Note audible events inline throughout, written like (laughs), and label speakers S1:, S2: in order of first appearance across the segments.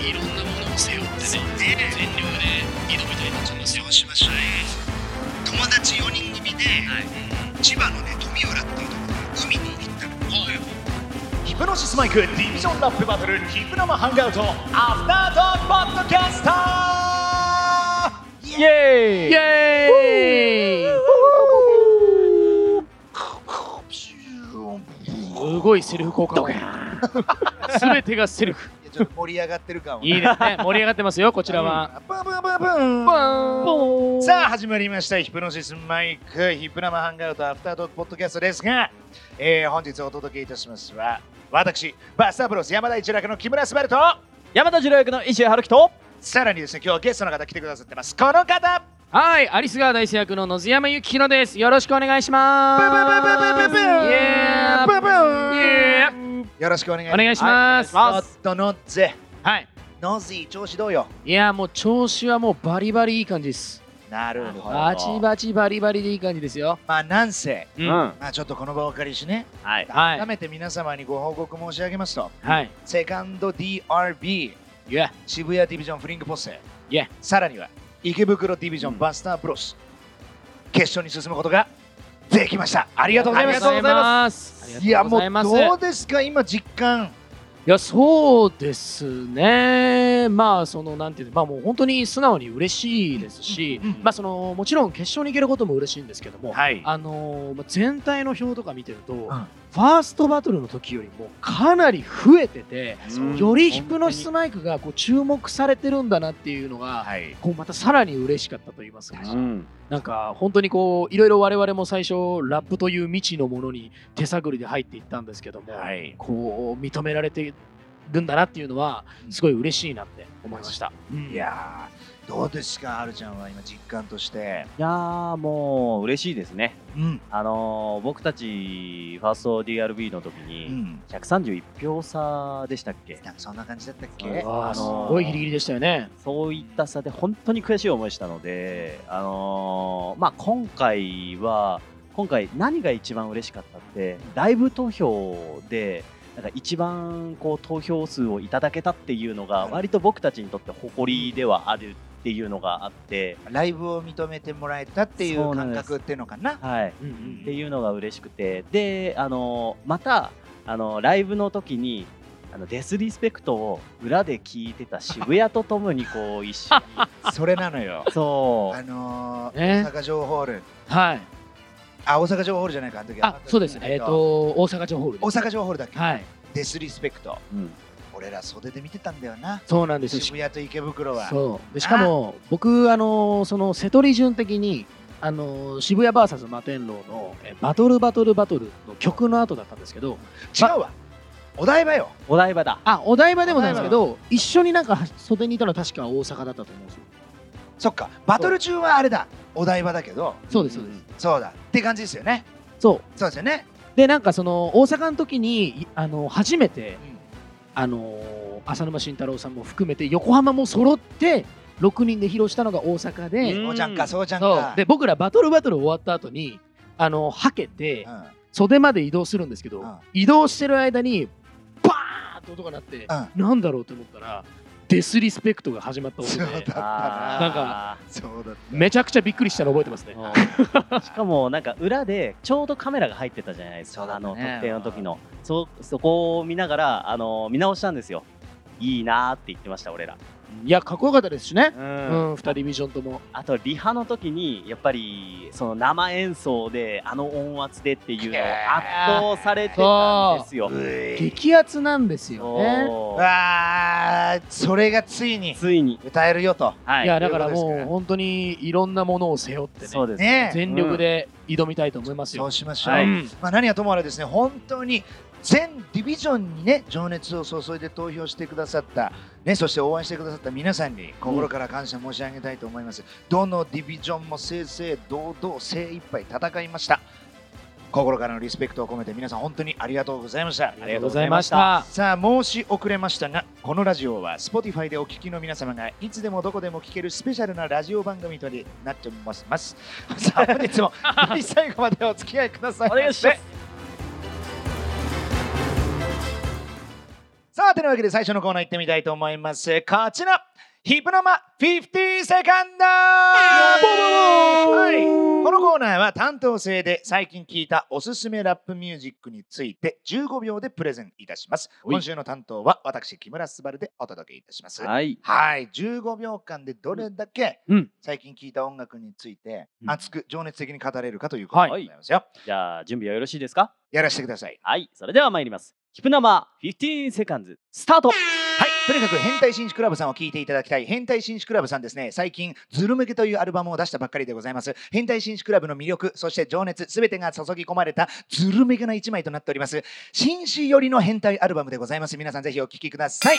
S1: 背負ってね全力で
S2: そうね
S1: 井戸みたいになっちゃいます
S2: そ
S1: よ
S2: うしましたね友達4人組で、
S1: はい
S2: 千葉のね富浦っていうところに海に行ったの
S3: ヒプノシスマイクディビジョンラップバトルヒプノマハンガウトアフタートークポッドキャスターイエーイ
S4: イエーイすごいセルフ効果音すべてがセルフ
S2: いやちょっと盛り上がってる感をね
S4: いいですね盛り上がってますよこちらは
S2: ブンブンブンブン
S4: ボーン
S2: さあ始まりましたヒプノシスマイクヒプナマハンガウトアフタートークポッドキャストですが、えー本日お届けいたしますは私バスタブロス山田一楽の木村昴と
S5: 山田次郎役の石井春樹と
S2: さらにですね今日はゲストの方来てくださってますこの方
S4: はいアリス川大生役の野津山幸宏ですよろしくお願いしますイエーイイエーイ
S2: よろしくお願いし
S4: お
S2: ます
S4: 願いしますは
S2: ちょっとノッゼ
S4: い
S2: ノズイ調子どうよ
S4: いやもう調子はもうバリバリいい感じです
S2: なるほど
S4: バチバチバリバリでいい感じですよ
S2: まあなんせ
S4: う
S5: うんん
S2: まあちょっとこの場をお借りしね
S5: はい
S4: はい
S2: 改めて皆様にご報告申し上げますと
S4: はい
S2: セカンド DRB
S4: いや
S2: 渋谷ディビジョンフリングポッセ、
S4: Yeah
S2: さらには池袋ディビジョン、
S5: うん
S2: バスターブロス決勝に進むことができましたありがとうございま
S5: ありがとう
S2: す
S5: ござい
S4: ますあり
S2: い
S4: が
S2: や
S4: と
S2: も
S4: うご
S2: う
S4: ざいます
S2: どうですか今実感
S4: いやそうですね、まあ、そのなんていうのまあ、もう本当に素直に嬉しいですし、
S2: うんうんうん
S4: まあ、そのもちろん決勝に行けることも嬉しいんですけども、
S2: はい
S4: あのまあ全体の表とか見てると、フ
S2: ん
S4: ァーストバトルの時よりもかなり増えてて、
S5: うん
S4: よりヒプノシスマイクがこう注目されてるんだなっていうのが、
S2: はい
S4: こうまたさらに嬉しかったと言いますか。
S5: うん
S4: なんか本当にこういろいろ我々も最初ラップという未知のものに手探りで入っていったんですけども、
S2: はい
S4: こう認められてるんだなっていうのはすごい嬉しいなって思いました。うん
S2: いやーどうですかあるちゃんは今実感として
S5: いやーもう嬉しいですね
S2: うん
S5: あのー僕たちファースト DRB の時
S2: う
S5: に
S2: ん
S5: 131票差でしたっけ
S2: なんかそんな感じだったっ
S4: う
S2: け
S4: わー
S5: あのー
S4: すごいギリギリでしたよね。
S5: そういった差で本当に悔しい思いしたので、あのーまあ、今回は今回何が一番嬉しかったってライブ投票でなんか一番こう投票数をいただけたっていうのが割と僕たちにとって誇りではあるっていうのがあって、
S2: ライブを認めてもらえたっていう感覚っていうのかな
S5: はい、
S4: うんう
S5: っ
S4: ん
S5: ていうのが嬉しくてであのまたあのライブの時にあのデスリスペクトを裏で聞いてた渋谷とともにこう一緒に
S2: それなの
S4: (laughs)
S2: よ
S5: そ
S2: あ
S5: う
S2: のー
S4: ね
S2: 大阪城ホール
S4: はい。
S2: あ大阪城ホールじゃないかあの時は
S4: あ、そうです。えっと大阪城ホールで
S2: 大
S4: す。
S2: 阪城ホールだっけ
S4: はい。
S2: デスリスペクト
S5: うん
S2: 俺ら袖で見てたんだよな
S4: そうなんですよ。
S2: 渋谷と池袋は
S4: そうでしかも僕あのーその瀬戸利順的にあのー渋谷 VS 摩天楼のえバトルバトルバトルの曲の後だったんですけど
S2: 違うわお台場よ
S5: お台場だ
S4: あお台場でもなんですけど一緒になんか袖にいたのは確か大阪だったと思うんですよ
S2: そっかバトル中はあれだお台場だけど
S4: そうですそうです、
S2: そうだって感じですよね
S4: そう
S2: そうですよね
S4: でなんかその大阪の時にいあの初めて
S2: うん
S4: あのー浅沼慎太郎さんも含めて横浜も揃って6人で披露したのが大阪で、
S5: うん
S2: そうちゃんかそうちゃん
S4: そう
S2: か
S4: で僕らバトルバトル終わった後にあのはけて、
S2: うんうん
S4: 袖まで移動するんですけど、
S2: うん
S4: 移動してる間にバーンと音が鳴って、なんだろうと思ったらデスリスペクトが始まった音
S2: そうだっ
S4: で
S2: たな
S4: なんか
S2: そうだった
S4: めちゃくちゃびっくりしたの覚えてますね。
S5: うんしかもなんか裏でちょうどカメラが入ってたじゃないですか、
S2: そうだ
S5: あ
S2: ね
S5: の特典の時のそそこを見ながらあの見直したんですよいいなーって言ってました俺ら、
S4: いやかっこよかったですしね、
S5: う
S4: うんん2人ビジョンとも
S5: あとリハの時にやっぱりその生演奏であの音圧でっていうのを圧倒されてたんですよ、
S2: うい
S4: 激アツなんですよね。
S5: そう
S2: わあそれがついに
S5: ついに
S2: 歌えるよと
S5: はい
S4: いやだから
S2: そういうこと
S4: も
S2: です
S4: う
S2: ね
S4: 本当にいろんなものを背負ってね
S5: そうです
S2: ね
S4: 全力で挑みたいと思います
S2: そ
S4: よ
S2: う。しましょう
S5: はい
S4: うん
S2: まあ、何はともあれですね、本当に全ディビジョンにね、情熱を注いで投票してくださった、ね、そして応援してくださった皆さんに心から感謝申し上げたいと思います。どのディビジョンも正々堂々精一杯戦いました。心からのリスペクトを込めて皆さん本当にありがとうございました。
S4: ありがとうございました。
S2: さあ申し遅れましたがこのラジオは Spotify でお聞きの皆様がいつでもどこでも聞けるスペシャルなラジオ番組となっておりますますさあ本日
S4: (laughs)
S2: も最後までお付き合いくださいお願いしますさあ、というわけで最初のコーナー行ってみたいと思います。こちら、ヒプノマ50セカンドはい。このコーナーは担当制で最近聞いたおすすめラップミュージックについて15秒でプレゼンいたします。
S5: はい
S2: 今週の担当は私、木村昴でお届けいたします。はい
S5: はい。
S2: 15秒間でどれだけ
S4: うん
S2: 最近聞いた音楽について
S5: うん
S2: 熱く情熱的に語れるかということでございますよ。
S5: じゃあ、準備はよろしいですか
S2: やらせてください。
S5: はい。それでは参ります。ヒプナマ15セカンズ、スタート
S2: はい、とにかく変態紳士クラブさんを聞いていただきたい変態紳士クラブさんですね最近「ズル向け」というアルバムを出したばっかりでございます変態紳士クラブの魅力そして情熱すべてが注ぎ込まれたズル向けな一枚となっております紳士寄りの変態アルバムでございます皆さんぜひお聴きください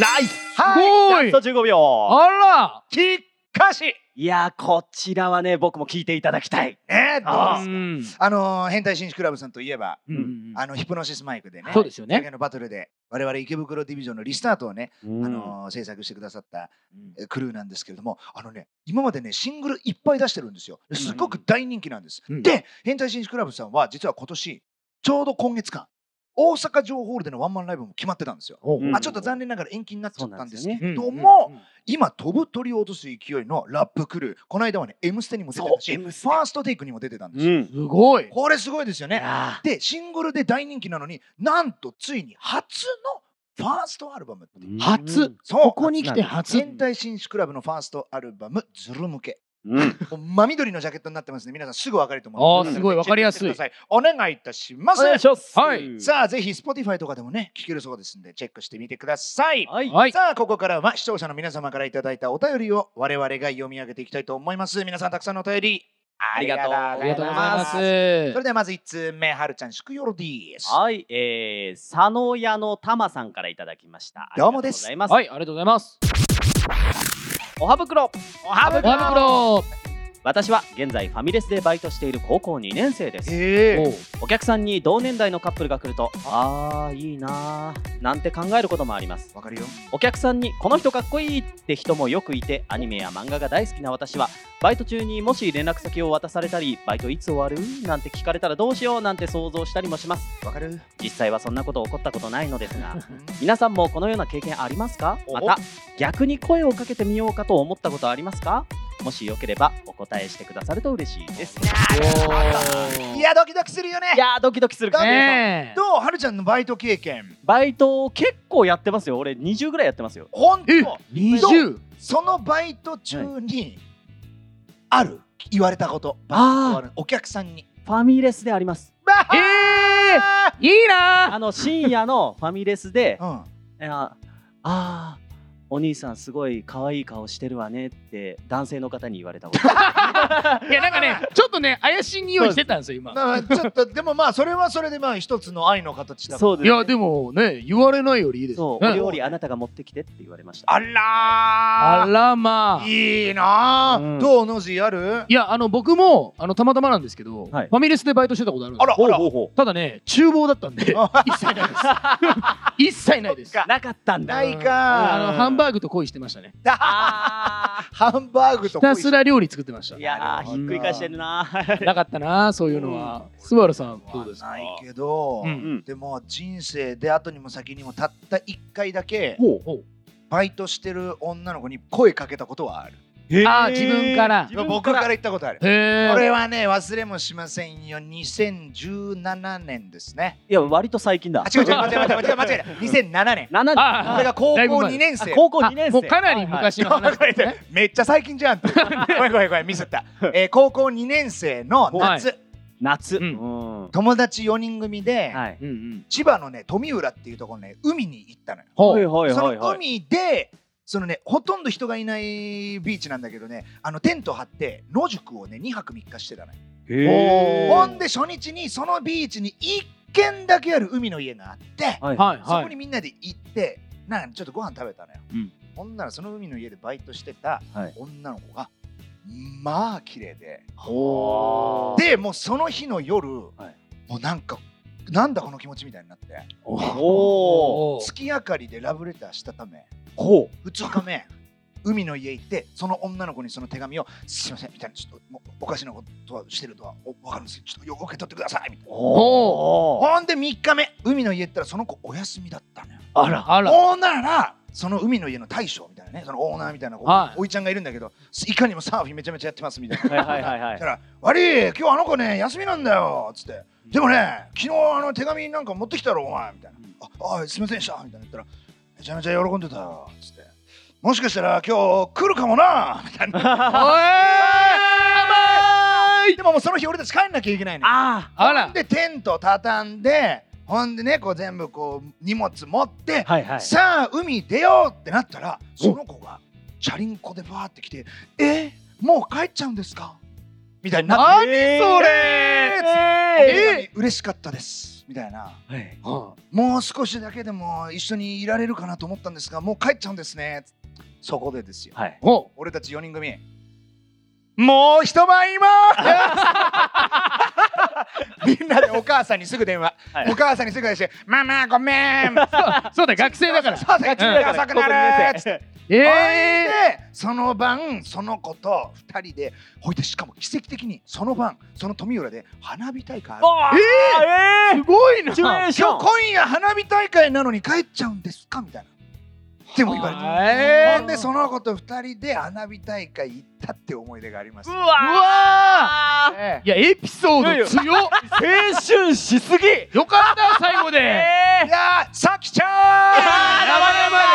S5: ナイス
S2: はい
S4: お
S5: ラスト15秒
S4: あら
S2: きっかし
S5: いやー、こちらはね、僕も聞いていただきたい。
S2: えー、
S5: あ
S2: どうす
S4: ん
S2: あのー変態紳士クラブさんといえば、
S4: うん
S2: あのヒプノシスマイクでね
S4: そうですよ
S2: 今
S4: ね。
S2: 回のバトルで我々池袋ディビジョンのリスタートをね、あ
S5: あの
S2: のー制作してくださった
S5: うん
S2: えークルーなんですけれどもあのね今までねシングルいっぱい出してるんですよですごく大人気なんです、
S4: うん
S2: で変態紳士クラブさんは実は今年ちょうど今月間大阪城ホールでのワンマンライブも決まってたんですよ、
S4: おう
S5: うん
S2: あちょっと残念ながら延期になっちゃったんですけ
S4: うん
S2: ども、今飛ぶ鳥を落とす勢いのラップクルーこの間はね「M ステ」にも出てたし
S5: そう
S2: フ
S5: M ステ
S2: ァーストテイクにも出てたんです
S5: う
S2: よ、
S5: ん。
S4: すごい。
S2: これすごいですよ
S5: い
S2: ね
S5: や
S2: でシングルで大人気なのになんとついに初のファーストアルバムっていう
S5: ー
S4: 初。
S2: そう
S4: ここに来て初。
S2: 全体紳士クラブのファーストアルバム「ズル向け
S5: うん。」
S2: もう真緑のジャケットになってますね皆さんすぐ分かると思います
S4: あーすごい
S2: うん
S4: わかりやすい
S2: チェックしてくださお願いいたします
S5: お願いします。
S4: はい
S2: さあぜひ Spotify とかでもね聴けるそうですんでチェックしてみてください
S5: はい。
S4: はい。
S2: さあここからは視聴者の皆様からいただいたお便りを我々が読み上げていきたいと思います皆さんたくさんのお便りありがとう
S5: あ
S4: あ
S2: ご
S4: り
S2: ざ
S4: が
S2: い
S4: とうござい
S2: ま
S4: ますす。
S2: それではまず1通目はるちゃんしくよろです
S5: はい、えー、佐野屋のたまさんからいただきました。
S2: どうもです
S5: ありがとうございます。
S4: はい、ありがとうございます。
S5: おはぶくろ。
S2: おは
S4: お
S2: ぶ
S4: はよ
S5: 私は現在ファミレスでバイトしている高校2年生です。
S2: え
S4: う
S2: え
S4: おう
S5: お客さんに同年代のカップルが来ると、あーいいなーなんて考えることもあります。
S2: わかるよ
S5: お客さんにこの人かっこいいって人もよくいて、アニメや漫画が大好きな私は、バイト中にもし連絡先を渡されたり、バイトいつ終わるなんて聞かれたらどうしようなんて想像したりもします。
S2: わかる
S5: 実際はそんなこと起こったことないのですが。
S2: うん
S5: 皆さんもこのような経験ありますか
S2: お
S5: また逆に声をかけてみようかと思ったことありますかもしよければお答えしてくださると嬉しいです
S2: いやドキドキするよね
S5: (laughs) いやードキドキする
S4: ねえ
S2: どうはるちゃんのバイト経験
S5: バイト結構やってますよ俺20ぐらいやってますよ
S2: 本当
S4: 二十。
S2: そのバイト中にある言われたこと
S5: あ
S2: お客さんに
S5: ファミレスであります
S4: ええいいな
S5: あの深夜のファミレス (laughs) で
S2: うん
S5: いやあーお兄さんすごい可愛い顔してるわねって男性の方に言われたこと
S4: いやなんかねちょっとね怪しい匂いしてたんですよ今
S2: まあちょっとでもまあそれはそれでまあ一つの愛の形だから
S5: (laughs) そうで
S4: い
S5: す
S4: やでもね言われないよりいいです
S5: そ
S4: よ
S5: うお
S4: ね
S5: 料理あなたが持ってきてって言われました
S2: あ
S4: あ
S2: ら
S4: らまあ
S2: ーいいなあ
S5: うん
S2: どうのじある
S4: いやあの僕もあのたまたまなんですけどフ
S5: はい
S4: ァミレスでバイトしてたことあるんです
S2: あら
S5: ほうほうほ
S4: ただね厨房だったんで一切ないです (laughs) 一切ないです
S5: うなかったんだ
S2: ない
S4: あ
S2: か
S4: のハンバーグと恋してましたね
S5: あー
S2: ハンバーグと
S4: ひたすら料理作ってました
S5: (laughs) いやーひっくり返してるな
S4: なかったなそういうのはスバルさんどうですか
S2: ないけど
S4: う
S5: うんん
S2: でも人生で後にも先にもたった一回だけ
S5: ほ
S4: ほう
S2: バイトしてる女の子に声かけたことはある
S4: あー自分から
S2: 僕から言ったことある
S4: へ
S2: これ
S4: え
S2: はね忘れもしませんよ2017年ですね
S5: いや割と最近だ
S2: あ違う違う
S4: (laughs)
S2: 間違えた間違えた間違えた2007年
S5: 7年
S4: あ
S2: これが高校
S4: だいぶ前
S2: 2年生
S5: 高校2年生
S4: もうかなり昔の話ですね
S2: めっちゃ最近じゃんってごめんごめんごめんミスった、えー高校2年生の夏、
S5: 夏
S4: う
S5: うんんは
S2: 友達4人組で、
S5: いはい
S4: うんうん
S2: 千葉のね富浦っていうところね海に行ったのよ
S4: ほ
S5: はいうはい
S2: そ
S5: はい
S2: の
S5: はい
S2: 海でそのねほとんど人がいないビーチなんだけどねあのテント張って野宿をね2泊3日してたのよ
S5: へー
S2: ほんで初日にそのビーチに1軒だけある海の家があって、
S5: はい
S4: はい
S2: そ
S4: は
S2: こに
S4: い
S2: みんなで行ってなんかちょっとご飯食べたのよ、
S5: うん
S2: ほんならその海の家でバイトしてた
S5: はい
S2: 女の子が、まあ綺麗で
S5: おー
S2: でもうその日の夜、もうなんかなんだこの気持ちみたいになって
S5: おー
S4: おー
S2: 月明かりでラブレターしたため
S5: ほ
S2: 2日目海の家行ってその女の子にその手紙を「すいません」みたいなちょっともうおかしなことはしてるとはお分かるんですけどちょっとよ受け取ってくださいみたいな
S5: おお
S2: ほんで3日目海の家行ったらその子お休みだったのよ
S4: あらあら
S2: ほんならその海の家の大将みたいなねそのオーナーみたいな子、
S4: はい
S2: おいちゃんがいるんだけどいかにもサーフィンめちゃめちゃやってますみたいな
S5: はいはいは
S2: そし
S5: いはい
S2: たら「悪い今日あの子ね休みなんだよ」っつって「でもね昨日あの手紙なんか持ってきたろお前」みたいな「ああすいませんでした」みたいな言ったら「めちゃめちゃ喜んでたよ」っつって「もしかしたら今日来るかもな」みたいなでももうその日俺たち帰んなきゃいけないのよ
S5: あ
S4: あら
S2: でテント畳んでほんでねこう全部こう荷物持って
S5: あはいはい
S2: さあ海出ようってなったらその子がチャリンコでバーって来て「えもう帰っちゃうんですか?」みたいになって「
S5: えー
S2: それ
S5: えー
S2: え嬉しかったです」みたいな
S5: はい
S2: 「もう少しだけでも一緒にいられるかなと思ったんですがもう帰っちゃうんですね」そこでですよ
S5: はい
S4: お
S2: 俺たち4人組もう一晩い
S5: (laughs)
S2: ますみんなでお母さんにすぐ電話、
S5: はい
S2: お母さんにすぐ電話して「ママごめん!」
S4: そうだ学生だから
S2: そうだよ
S4: うん
S2: 遅くなるっつって
S4: ええ
S2: でその晩その子と2人でほいでしかも奇跡的にその晩その富浦で花火大会ある
S5: ええ
S4: すごいな
S5: シチュエーショ
S2: 今
S5: ン
S2: 日今夜花火大会なのに帰っちゃうんですかみたいな。でも言われて
S4: へー
S2: ほんでその子と2人で花火大会行ったって思い出があります。
S4: うわ
S2: え
S4: いやエピソード強っ
S5: 青春しすぎ
S4: よ
S2: (laughs)
S4: かった最後
S5: え
S4: で
S2: えいやーさきちゃ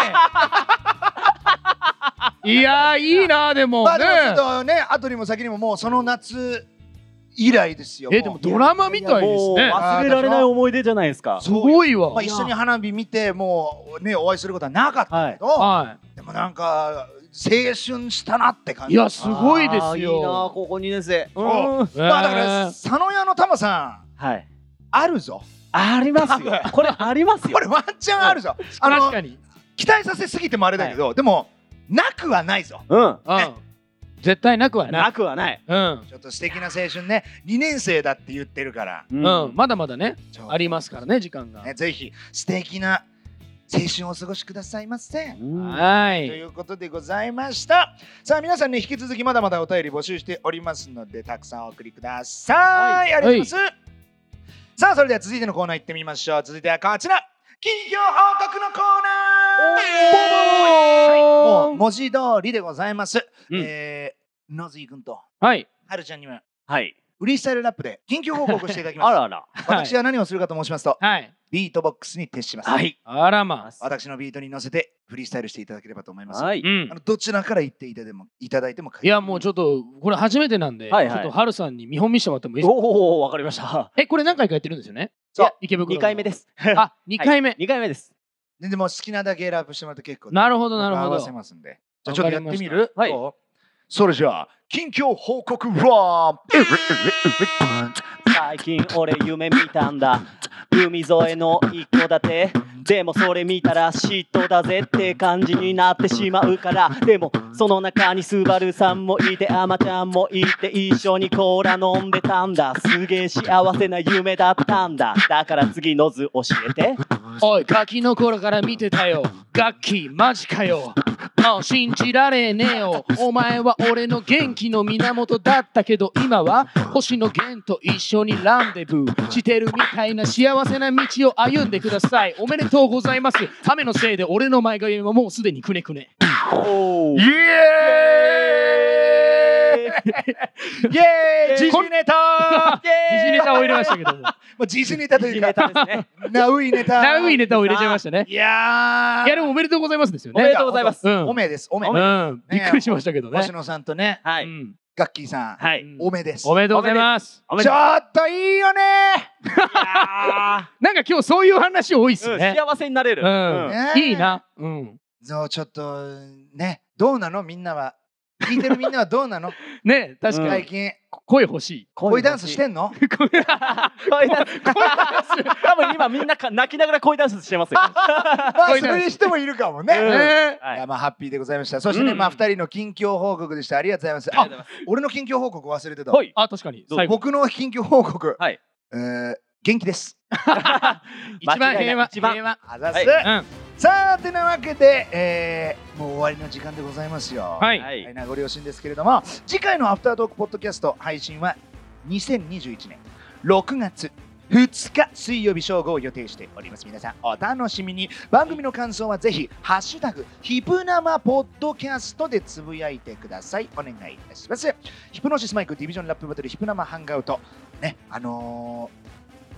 S4: (laughs) やばいやばいいやいいなで
S2: ん
S4: も
S2: まあ
S4: ね
S2: でもちょっとね後にも先にももうその夏以来ですよ。
S4: えでもドラマみたいですね
S5: 忘れられない思い出じゃないですか
S4: すごいわ
S2: まあ、一緒に花火見てもうねお会いすることはなかった
S5: は
S2: け
S5: い
S2: ど、
S4: は
S2: でもなんか青春したなって感
S4: い
S2: じ
S4: いやすごいです
S5: あーいいな
S4: よ
S5: ここ2年生
S2: うん
S5: うん
S2: まあだから
S4: えー
S2: 佐野屋のタマさん
S5: はい
S2: あるぞ
S5: ありますよこれありますよ
S2: これワンチャンあるぞ、あの
S4: 確かに
S2: 期待させすぎてもあれだけど、でもなくはないぞ
S5: うん
S4: うん絶対なくはない
S5: なくはない
S4: うん
S2: ちょっと素敵な青春ね2年生だって言ってるから
S5: う
S4: うんまだまだね
S2: ちょ
S4: ありますからね時間が
S2: ねぜひ素敵な青春をお過ごしくださいませ、
S5: うん
S4: は
S2: とい
S4: いう
S2: ことでございましたさあ皆さんね引き続きまだまだお便り募集しておりますのでたくさんお送りください、ありがとうございます、さあそれでは続いてのコーナー行ってみましょう続いてはこちら企業報告のコーナーもう文字通りでございます、
S5: うん
S2: えー、野杉君と
S4: はい
S2: はるちゃんには
S5: はい
S2: フリースタイルラップで近況報告していただきま
S5: (laughs) あ
S2: す
S5: らあら
S2: 私は何をするかと申しますと
S4: はい
S2: ビートボックスに徹します、
S5: はい
S4: あらまあ
S2: 私のビートに乗せてフリースタイルしていただければと思います、
S5: はい
S4: うん
S2: あのどちらから言っていただいてもいただいても
S4: いやもうちょっとこれ初めてなんで、
S5: はいはい
S4: ちょっとハルさんに見本見してもらってもいいですか
S5: おおわかりました
S4: えこれ何回かやってるんですよね
S5: そう
S4: いや池袋
S5: 2回目ですす
S4: あ二2回目、
S5: 2回目です
S2: ででも好きなだけラップしてもらって結構
S4: なるほどなる
S2: 合
S4: ほ
S2: わせ
S4: ど
S2: ますんでじゃあちょっとやってみ
S4: わ
S2: る
S5: かりました
S2: どうそれじゃあ近況報告ラップ
S5: 最近俺夢見たんだ海沿いの一戸建てでもそれ見たら嫉妬だぜって感じになってしまうからでもその中にスバルさんもいてアマちゃんもいて一緒にコーラ飲んでたんだすげえ幸せな夢だったんだだから次の図教えて
S4: おいガキの頃から見てたよガッキーマジかよもう信じられねえよお前は俺の元気の源だったけど今は星野源と一緒にランデブーしてるみたいな幸せな道を歩んでくださいおめでとうございます雨のせいで俺の前髪はもうすでにくねくね
S5: おお
S2: イエーイイエーイ
S4: (laughs)
S2: 時事ネタ
S4: 時事ネタを入れまし
S2: (laughs)
S4: たけど (laughs) も。
S2: もう時事ネタというか
S5: ですね
S2: ナウイネタ
S4: ナウイネタを入れちゃいましたね。
S2: いやー
S4: いやでもおめでとうございますですよ
S5: おめで
S4: ね。
S5: とうございます
S4: うん。
S2: おめですおめ
S4: うん。びっくりしましたけどね。
S2: 星野さんとね
S5: は
S4: う
S5: い
S4: ん
S2: ガッキーさん
S5: はい
S4: うん
S2: おめです
S4: おめでとうございます。
S5: お
S2: ちょっといいよね
S4: なんか今日そういう話多いっすね。
S5: 幸せになれる、
S4: う
S2: うんんね。え
S4: いいな。うん。
S2: そうちょっとねどうなのみんなは聞いてるみんなはどうなの
S4: ね確か
S2: 最
S4: に
S2: 近
S4: 声欲しい。
S2: (laughs) 恋ダンスしてんの
S4: 声欲しい
S5: (laughs) 恋ダンス多分今みんなか泣きながら恋ダンスしてますよ
S2: まあそ
S4: 恋ダンス
S2: れにしてもいるかもね、
S5: うん
S2: い
S4: ね
S5: はい
S2: やまあハッピーでございましたそしてね、
S5: うん
S2: まあ2人の近況報告でしたありがとうございますあ俺の近況報告忘れてた
S5: ほい
S4: あ確かに
S5: どう
S4: 最後。
S2: 僕の近況報告、
S5: はい
S2: えー元気です
S4: 一番
S5: 間違い
S4: 平
S5: ない
S4: 和。
S5: 一番
S4: 平和。
S2: あざっす、
S5: は
S4: うん。
S2: さあてなわけで、えーもう終わりの時間でございますよ、
S4: はいい、
S5: はい
S2: 名残惜しいんですけれども次回のアフタートークポッドキャスト配信は2021年6月2日水曜日正午を予定しております皆さんお楽しみに番組の感想はぜひハッシュタグヒプナマポッドキャストでつぶやいてくださいお願いいたしますヒプノシスマイクディビジョンラップバトルヒプナマハンガウトねあのー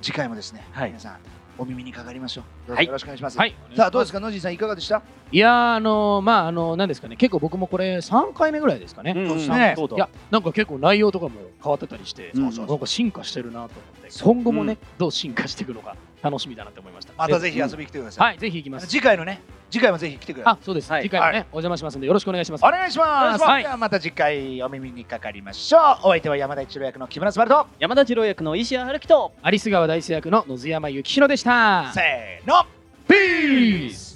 S2: 次回もですね、
S5: はい
S2: 皆さんお耳にかかりましょうどうぞ
S5: はい
S2: よろしくお願いします、
S4: はい
S2: さあどうですかノジーさんいかがでした
S4: いやーあのーまああのーなんですかね結構僕もこれ3回目ぐらいですかね、
S5: うん
S2: そうです
S5: ね
S4: いやなんか結構内容とかも変わってたりして、
S5: そうそうそう
S4: なんか進化してるなと思って今後もね、どう進化していくのか楽しみだなと思いました
S2: またぜひ遊
S4: うん
S2: びに来てください、
S4: はいぜひ行きます
S2: 次回のね次回もぜひ来てください
S4: あそうです、
S5: はい
S4: 次回もね、お邪魔しますんでよろしくお願いします
S2: お願いします。
S4: はい
S2: ではまた次回お耳にかかりましょう。お相手は山田一郎役の木村昴と、
S5: 山田次郎役の石谷春樹と
S4: 有栖川大輔役の野津山幸宏でした
S2: せーの、ピース